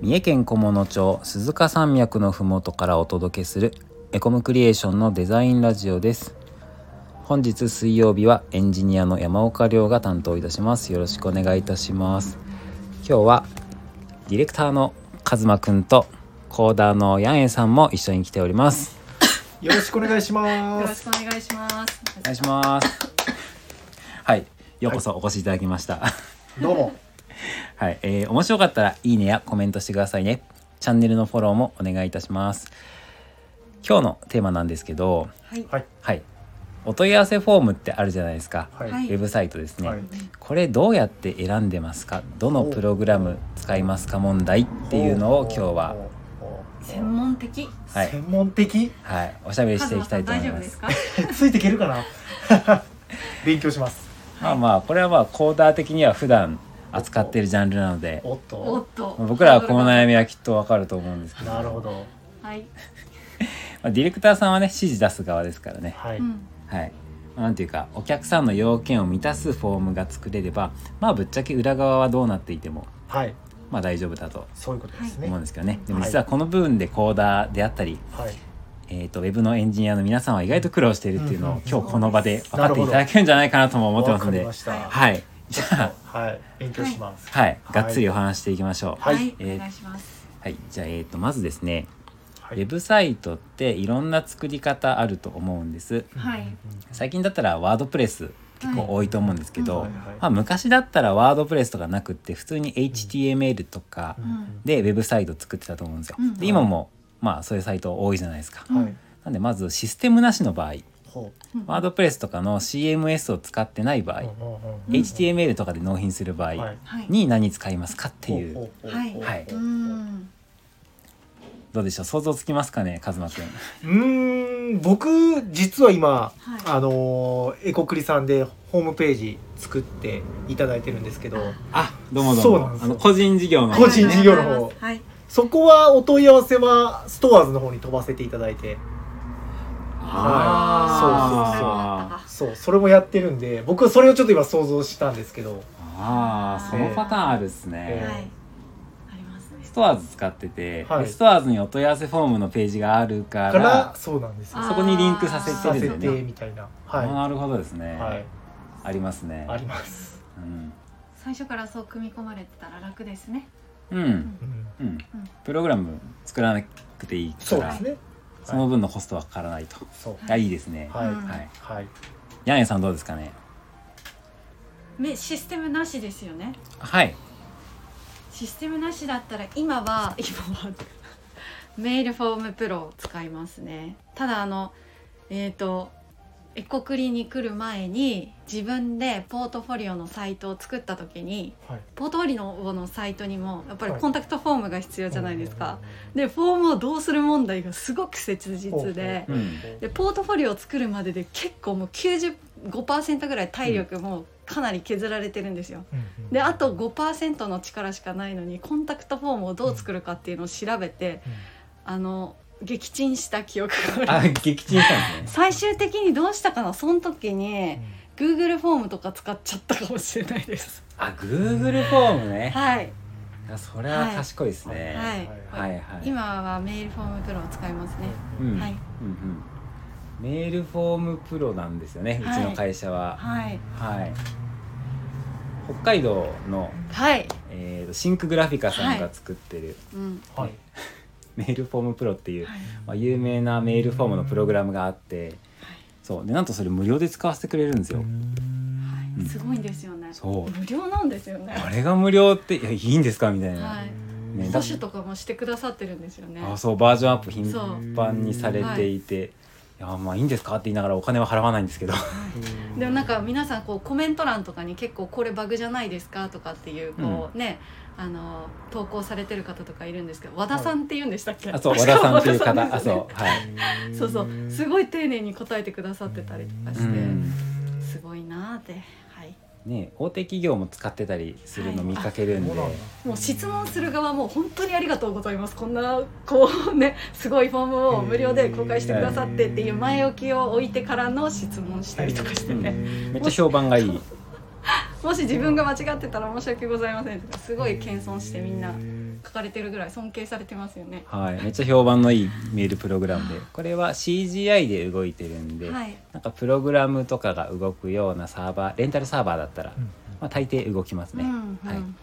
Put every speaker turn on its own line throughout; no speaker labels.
三重県菰野町鈴鹿山脈のふもとからお届けするエコムクリエーションのデザインラジオです本日水曜日はエンジニアの山岡亮が担当いたしますよろしくお願いいたします今日はディレクターの和真くんとコーダーのヤンエさんも一緒に来ております
よろしくお願いし
よ
ま
ろ
す。
しくお願いします。
お願いしますはいようこそお越しいただきました、
どうも。
はい、えー面白かったらいいねやコメントしてくださいね。チャンネルのフォローもお願いいたします。今日のテーマなんですけど、
はい。
はい。
はい、お問い合わせフォームってあるじゃないですか。
はい。
はい
ウェブサイトですね、
はい
これどうやって選んでますかどのプログラム使いますか問題っていうのを今日は、
ほう。
専門的。
はい
専門的。
はい、おしゃべりしていきたいと思い
大丈夫
ま
です
す。
か。
ついていけるかな。 勉強します。
まあまあこれはまあコーダー的には普段扱ってるジャンルなので
おっ
おっ
と。
と。
僕らはこの悩みはきっとわかると思うんですけど、
なるほど。
はい。。
まあ、ディレクターさんはね指示出す側ですからね。
はいう
ん。
はい、なんていうかお客さんの要件を満たすフォームが作れればまあぶっちゃけ裏側はどうなっていても
はい。
まあ大丈夫だと
そういうことです
思うん
ね。
ですけどね、
うん
でも実はこの部分でコーダーであったり、
はい。
えー、とウェブのエンジニアの皆さんは意外と苦労しているっていうのを、
うん
今日この場で分かっていただけるんじゃないかなとも思ってますの
わか
で
りました。い。
はいじゃ
はい。勉強します。
あはいがっつりお話していきましょう
は
はいい。お
えー
願いします。
はい、じゃあ、えー、とまずですね、
は
ウェ
い。
ブサイトっていろんな作り方あると思うんです
はい。
最近だったらワードプレス結構多いと思うんですけど、
はい
まあ、昔だったらワードプレスとかなくって普通に HTML とか
うん
でウェブサイト作ってたと思うんですよ。
うん
で今もまあそういうサイト多いじゃないですか。
うん
はい。
なんでまずシステムなしの場合
ほ
うん
ワードプレスとかの CMS を使ってない場
う
合、
うんうんうん。
HTML とかで納品する場
は
合
い。
はい。
に何使いますかっていう、
ほほほ
はい
ほ
はい
ーん。
どうでしょう想像つきますかねカズマくん。
うーん僕実は今、
はい
あのーエコクリさんでホームページ作っていただいてるんですけど
あどうもど
そううなん
も
ですよ
あの個人事業の
個人事業の方
はい。
そこはお問い合わせはストアーズの方に飛ばせていただいて
それもあ
あ
った
ー
か
そうそれもやってるんで僕はそれをちょっと今想像したんですけど
あーそのパターンあるっすね。
えー
はい。ありますね
ス。トアーズ使ってて、
はい
でストアーズにお問い合わせフォームのページがあるから
からそうなんですよ
あ
そこにリンクさせ
さ
て
せ
るんだ
て
よね。
みたいなは
なるほどですね、
い、はい、
ありますね
あります、
うん、
最初からそう組み込まれてたら楽ですね。
うん
うん、
うんプログラム作らなくていいか
そうで
ら
すね
その分のコストはかからないと、
そう
あいいですね、
はい、
うん
はい
はい
ヤンエさんどうですかね
めシステムなしですよね。
はい
システムなしだったら 今は今はメールフォームプロを使いますねただあのえっ、とエコクリに来る前に自分でポートフォリオのサイトを作った時に
はい
ポートフォリオのサイトにもやっぱり
はい
コンタクトフォームが必要じゃないですか、でフォームをどうする問題がすごく切実で
ほうほうほう
でポートフォリオを作るまでで結構もう95%ぐらい体力もかなり削られてるんですよ
うんうん
であと5%の力しかないのにコンタクトフォームをどう作るかっていうのを調べて、
うん
あの撃沈した記憶があ
あ
る
撃沈したんですね
最終的にどうしたかなその時に
うん
Google フォームとか使っちゃったかもしれないです
あ Google フォームね
はい、
いやそれは賢いですね、
はい
はいはい
今はメールフォームプロを使いますね、
うん
はい
うんうん、メールフォームプロなんですよね、
はい
ち
う
の会社は
はい
はい北海道の、
はい、
えーとシンクグラフィカさんが作ってる、
うん
はい
メールフォームプロっていう、
はい
まあ、有名なメールフォームのプログラムがあってそうでなんとそれ無料で使わせてくれるんですよ、
はいすごいんですよね
そう
無料なんですよね
あれが無料っていやいいんですかみたいな、
はい
ね
保守とかもしてくださってるんですよね
あそうバージョンアップ頻
そう
繁にされていて、い、やまあいいんですかって言いながらお金は払わないん ですけど
でもなんか皆さんこうコメント欄とかに結構これバグじゃないですかとかっていうこうね、あの投稿されてる方とかいるんですけど和田さんって言うんでしたっけ、
あそう和田さんっていう
和
方
田さん
あ
ですね
そうはい
そうそうすごい丁寧に答えてくださってたりとかして、
うん
すごいなーってはい
ね、大手企業も使ってたりするの見かけるんで、
はい
もう質問する側も本当にありがとうございますこんなこうねすごいフォームを無料で公開してくださってっていう前置きを置いてからの質問したりとかしてね、
めっちゃ評判がいい
もし自分が間違ってたら申し訳ございませんとかすごい謙遜してみんな書かれてるぐらい尊敬されてますよね。
はい、めっちゃ評判のいいメールプログラムでこれは CGI で動いてるんで、
はい、
なんかプログラムとかが動くようなサーバーレンタルサーバーだったら、
うん
まあ、大抵動きます
うん
ね、
うんう
はい
ん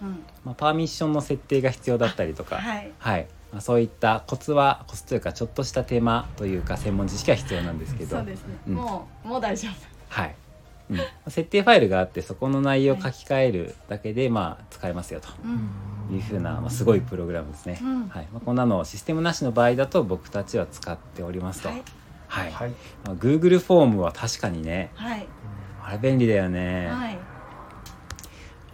まあ、パーミッションの設定が必要だったりとか、
はい
はいまあ、そういったコツはコツというかちょっとした手間というか専門知識は必要なんですけど
そうですね、
うん
もうもう大丈
はいうん、設定ファイルがあってそこの内容を書き換えるだけで、まあ、使えますよと
夫、うん
いうふうな、まあ、すごいプログラムですね、
うん
はいまあ、こんなのをシステムなしの場合だと僕たちは使っておりますと、
はい
はい
はい、
まあ Google フォームは確かにね
はい
あれ便利だよね、
はい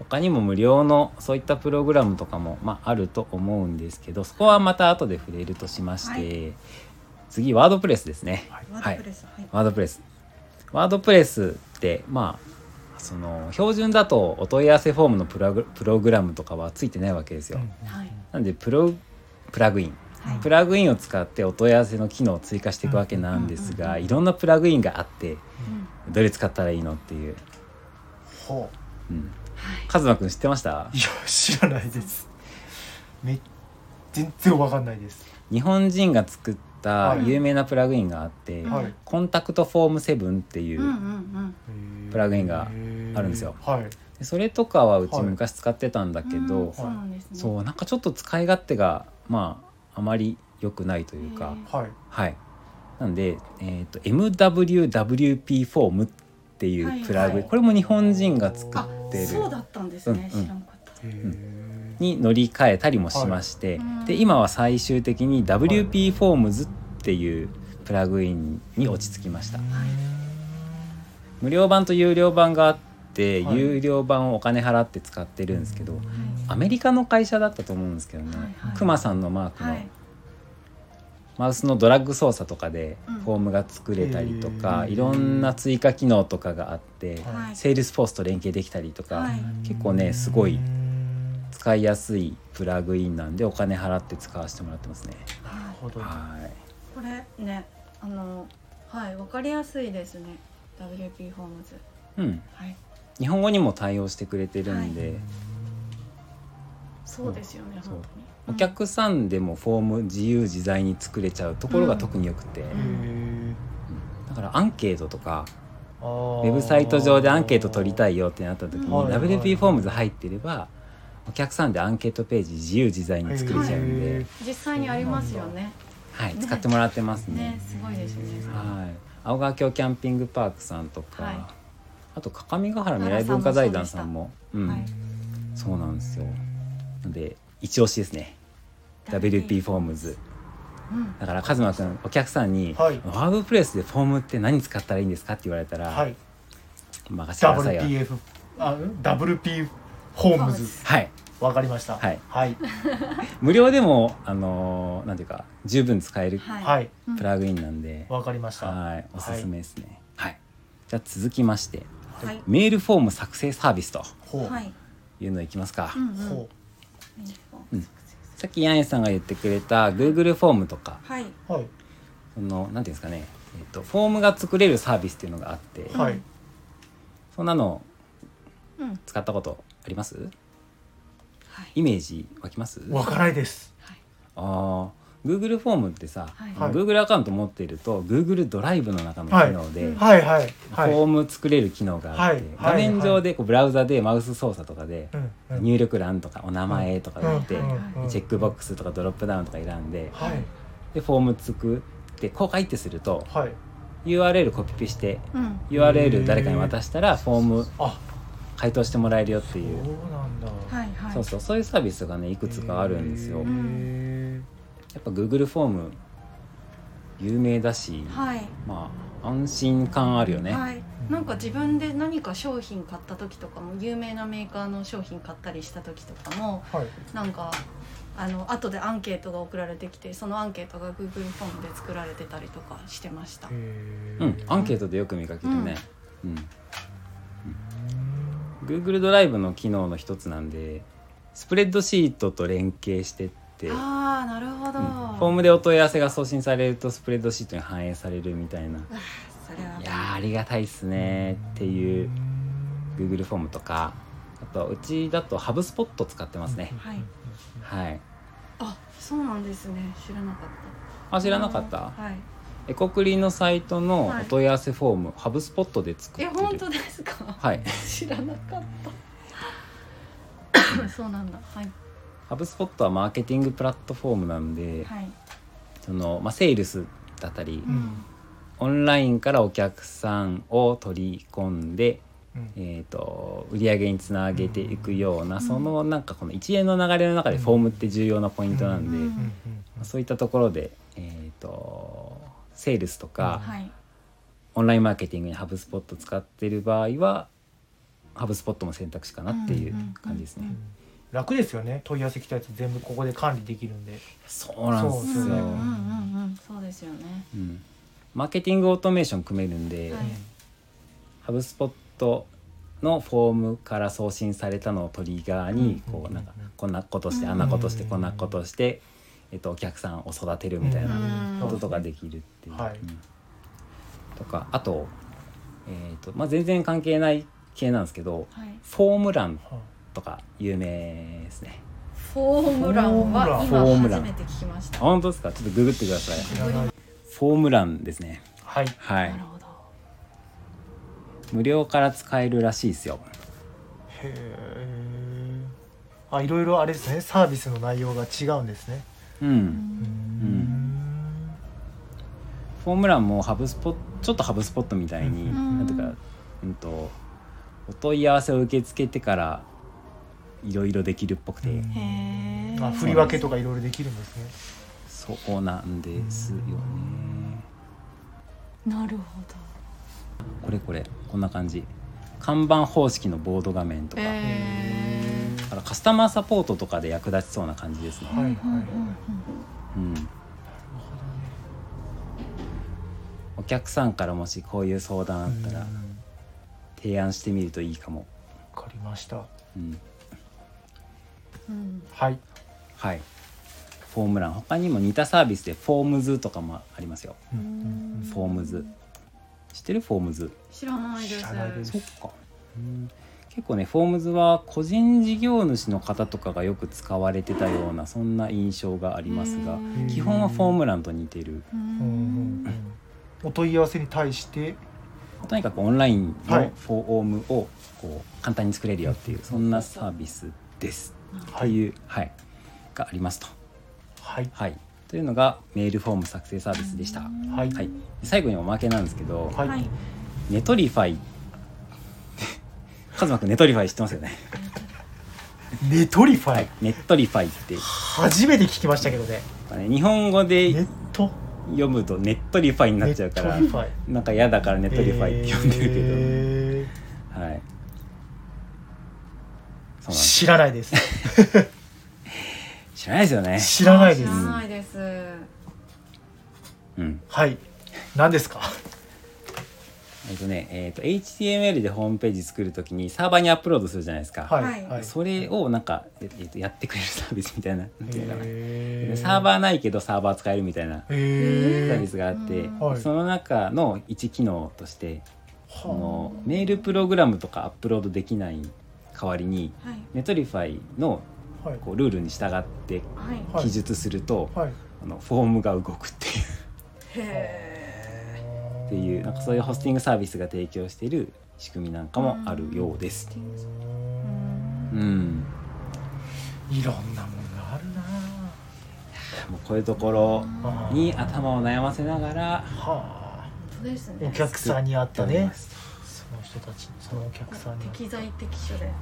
他にも無料のそういったプログラムとかも、まあ、あると思うんですけどそこはまた後で触れるとしまして、
は
次ワードプレスですね
はい
ワードプレスはい、
ワードプレスワードプレスってまあその標準だとお問い合わせフォームのプラグプログラムとかはついてないわけですよ、
はい
なんでプロプラグイン
はい
プラグインを使ってお問い合わせの機能を追加していくわけなんです
うんうん
が
うん
いろんなプラグインがあって
うん
どれ使ったらいいのっていう、
ほ
うん、
はい
カズマくん知ってました
ういや知らないですめ全然わかんないです
日本人が作った
はい
有名なプラグインがあって、
うん
はい
コンタクトフォーム7っていう、
うんうん
プラグインがあるんですよ
はい
でそれとかはうち
はい
昔使ってたんだ
うん
け
う
ど、
んそうなんですね
そうなんかちょっと使い勝手がまああまり良くないというか、
へ
はい
はいなんで、えー、と MWWP フォームっていうプラグイン、
はいはい
これも日本人が作っ
あ
てる
そうだったんですね、
うんうん
知らんかった
へー
に乗り換えたりもしまして、
はい
で
うん
今は最終的に WP フォームズっていうプラグインに落ち着きました、無料版と有料版があって、
はい
有料版をお金払って使ってるんですけどアメリカの会社だったと思うんですけどね、
はいはい
クマさんのマークの、
はい、はい
マウスのドラッグ操作とかで
うん
フォームが作れたりとか、
へー
いろんな追加機能とかがあって、
はい
セールスフォースと連携できたりとか、
はい
結構ねすごいう
ーん
使いやすいプラグインなんでお金払って使わせてもらってますね。
なるほど
はい
これねあのはいわかりやすいですね WP ホームズ
うん、
はい
日本語にも対応してくれてるんで、
そうですよね
そう
本当に
お客さんでもフォーム自由自在に作れちゃうところが特によくて、
へー
だからアンケートとか
あ
ウ
ー
ェブサイト上でアンケート取りたいよってなった時に、
うんはい
はい
WP フォームズ入ってればお客さんでアンケートページ自由自在に作れちゃうんで、
へー
実際にありますよね
はい、
ね
使ってもらってますね。
ねすごいですよね
はい、青川郷キャンピングパークさんとか、
はい
あと各務原未来文化財団さんもうん
はい
そうなんですよなので一押しですね WP フォームズ
うん
だからカズマくんお客さんに、
はい
ワードプレスでフォームって何使ったらいいんですか?」って言われたら「
はい
任せてくださいよ」
WPF あん WP ホームズ
はい、
わかりました
はい
はい
無料でもあのーなんていうか十分使える
はい
はい
うん
プラグインなんで、
わかりましたは
はいおすすめですね、はい、じゃあ続きまして
はい
メールフォーム作成サービスと
ほ
は
う
い
いうのいきますか、
うんうん
ほ
うんさっきヤンエさんが言ってくれた Google フォームとか
はい、
うはい
そのなんていうんですかね、えっとフォームが作れるサービスっていうのがあって
は
う
い
ん
そんなの
うん、
使ったことあります
はい
イメージ湧きます
わからないです
はい
あー Google フォームってさ、
はい
あの Google アカウント持ってると Google ドライブの中の機能で、
はいうん
はいはいは
フ
い
ォーム作れる機能があって、
はい
画面上でこうブラウザでマウス操作とかで
うんうん
入力欄とかお名前とかでって
うんうんうん
チェックボックスとかドロップダウンとか選んで
はい
でフォーム作って公開ってすると
はい
URL コピペして
うん、
URL 誰かに渡したらフォーム
あ
回答してもらえるよって
そ
いうう
なんだ
はいはい
そうそうそういうサービスがねいくつかあるんですよ
へ
や
ー
っぱ Google フォーム有名だし
はい
まあ安心感あるよね
はい、なんか自分で何か商品買った時とかも有名なメーカーの商品買ったりした時とかも
はい
なんかあの後でアンケートが送られてきてそのアンケートが Google フォームで作られてたりとかしてました
へー
うんアンケートでよく見かけるねうん、Google ドライブの機能の一つなんでスプレッドシートと連携してってフォ
ああなるほど、
ームでお問い合わせが送信されるとスプレッドシートに反映されるみたいな
あーそれはい
やーありがたいっすねっていう Google フォームとかあとうちだとハブスポット使ってますね、
はい
はい
あそうなんですね知らなかっ
あ
た
知らなかった
はい
エコクリのサイトの
はい
お問い合わせフォーム、ハブスポットで作
え
って
本
る
当ですか
はい
知らなかったそうなんだはい
ハブスポットはマーケティングプラットフォームなんで、
はい
そのまあ、セールスだったり、
うん
オンラインからお客さんを取り込んで、
うん
えー、と売り上げにつなげていくような、
うん
そのなんかこの一連の流れの中でフォームって重要なポイントなんで、
うん
ま
うん
あそういったところで、えー、とセールスとか、
はい
オンラインマーケティングにハブスポット使ってる場合はハブスポットも選択肢かなっていう感じですね。
うんうんうん
うん楽ですよね問い合わせ来たやつ全部ここで管理できるんで
そうなん
そ
で
う
す
で
よ、
すね
うんうんうんうんそうですよね
うんマーケティングオートメーション組めるんで、
はい
ハブスポットのフォームから送信されたのをトリガーに
うん
こうなんか
うん
こんなことして
うん
あんなことして
うん
こんなことして、えっと、お客さんを育てるみたいな
うん
こととかできるっていう。
はい
うんとかあと,、えっとまあ、全然関係ない系なんですけど
はい
フォーム欄
はい
とか有名ですね。
フォームランは
フォーム
今
ラン
初めて聞きました
あ本当ですかちょっとググってください。
知らない
フォーム欄ですね。
はい
は
ないる。ほど
無料から使えるらしいですよ。
へえあいろいろあれですねサービスの内容が違うんですね
う。
うんん
うん
フォーム欄もハブスポちょっとハブスポットみたいに、
うん
なんていうか、うんとお問い合わせを受け付けてからいろいろできるっぽくて、
うん
へー
あ振り分けとかいろいろできるんですね
そうなんですよね。
なるほ
これこれこんな感じ。看板方式のボード画面と
ど
か、
へえ
だからカスタマーサポートとかで役立ちそうな感じですね。
はいはい
うんうん
うん。お客さんからもしこういう相談あった
う
ら
ん
提案してみるといいかも。
わかりました
うん。
うんうん
はい
はい。フォーム欄他にも似たサービスでフォームズとかもありますよ。
う
うん
フォームズ知ってるフォームズ
知らないです
知らないです
そっかうん結構ねフォームズは個人事業主の方とかがよく使われてたようなそんな印象がありますが
うん
基本はフォーム欄と似てる
う
うんうん
ん
うんお問い合わせに対して
とにかくオンライン
は
の
い
フォームをこう簡単に作れるよっていうそんなサービスですという、はい、がありますと。
はい
はい、というのがメールフォーム作成サービスでした。
はい
はい、最後におまけなんですけど、
はい
はい
ネトリファイ カズマくんネトリファイ知ってますよね
ネトリフ
は
ァ
い
イ、
ネットリファイって、
初めて聞きましたけどね
ね、日本語
ネ
で
ット
読むとネットリファイになっちゃうから
ネットリファイ
なんか嫌だからネットリファイって呼んでるけど、
え
はい そうなんで
ー
す
知らないです
知らないですよね
知らないです
知らないです
うん
はい何ですか
えっとねえっ、と HTML でホームページ作るときにサーバーにアップロードするじゃないですか、
はい
は
はい
それをなんか、ええっとやってくれるサービスみたいななんていうのかな
へ
サーバーないけどサーバー使えるみたいな
ー
サー
へ
ビ
え
スがあって、
うん
はい
その中の一機能として
は
あのメールプログラムとかアップロードできない代わりに
はい
ネトリファイの
あはい
こうルールに従って
はい
はい
記述すると、
はい
あのフォームが動くっていう
へ
っていうなんかそういうホスティングサービスが提供している仕組みなんかもあるようです。
ー
うん
いろんなものがあるな
もうこういうところ
あー
に頭を悩ませながら
はあ
そうです
お
ね
客さんにあった
やっており
ね
ます
その人たちそのお客さんに
適材適所でね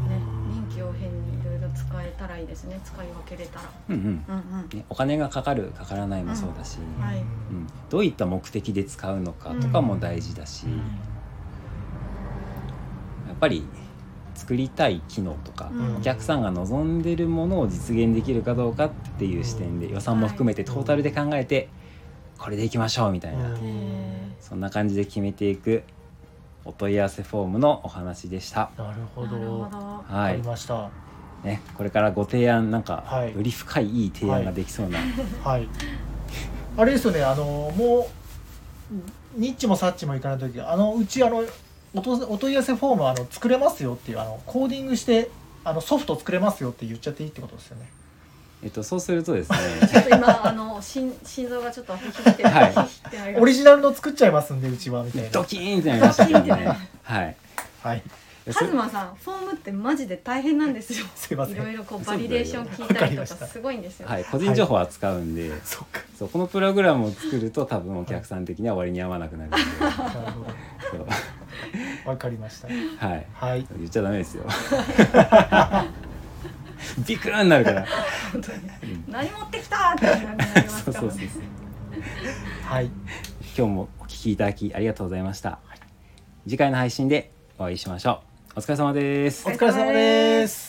うん
臨機応変にいろいろ使えたらいいですね使い分けれたら
うんうん
うんうん
ね、お金がかかるかからないもそうだし、
うん
はい
うん、どういった目的で使うのかとかも大事だし、やっぱり作りたい機能とか、
うん
お客さんが望んでるものを実現できるかどうかっていう視点で予算も含めて
はい
トータルで考えてこれでいきましょうみたいな、
うん
へ
そんな感じで決めていくお問い合わせフォームのお話でした。
なるほ
ーなる
ど
ほ
わ
ど
は
かり
い
ました
ね、これからご提案なんか、
はい
より深いいい提案ができ そうな、
はいあれですよねあのもうニッチもサッチもいかない時あのうちあのおとお問い合わせフォームあの作れますよっていうあのコーディングしてあのソフト作れますよって言っちゃっていいってことですよね
えっと、そうするとですね
ちょっと今あの心 心臓がちょっとひきってる、
はい
ひきってなりま
オリ
し
ジナルの作っちゃいますんでうちはみたいな
ドキーンってなりましたけど
ドキーンって な
ね
る
はい
はい
たカズマさんフォームってマジで大変なんですよ
すいませ
いろ
ん
いろこうバリデーション聞いたりとかすごいんですよ、
はい、個人情報は扱うんで、
そっか
そうこのプログラムを作ると多分お客さん的には割に合わなくなるんで、
なるほど
そう
わかりました
はい
はい
言っちゃダメ ですよビクーンなるから
本当に何持ってきたってなります
そうそ
から、ね、
うそうそう
はい
今日もお聞きいただきありがとうございました次回の配信でお会いしましょうお疲れ様です
お疲れ様です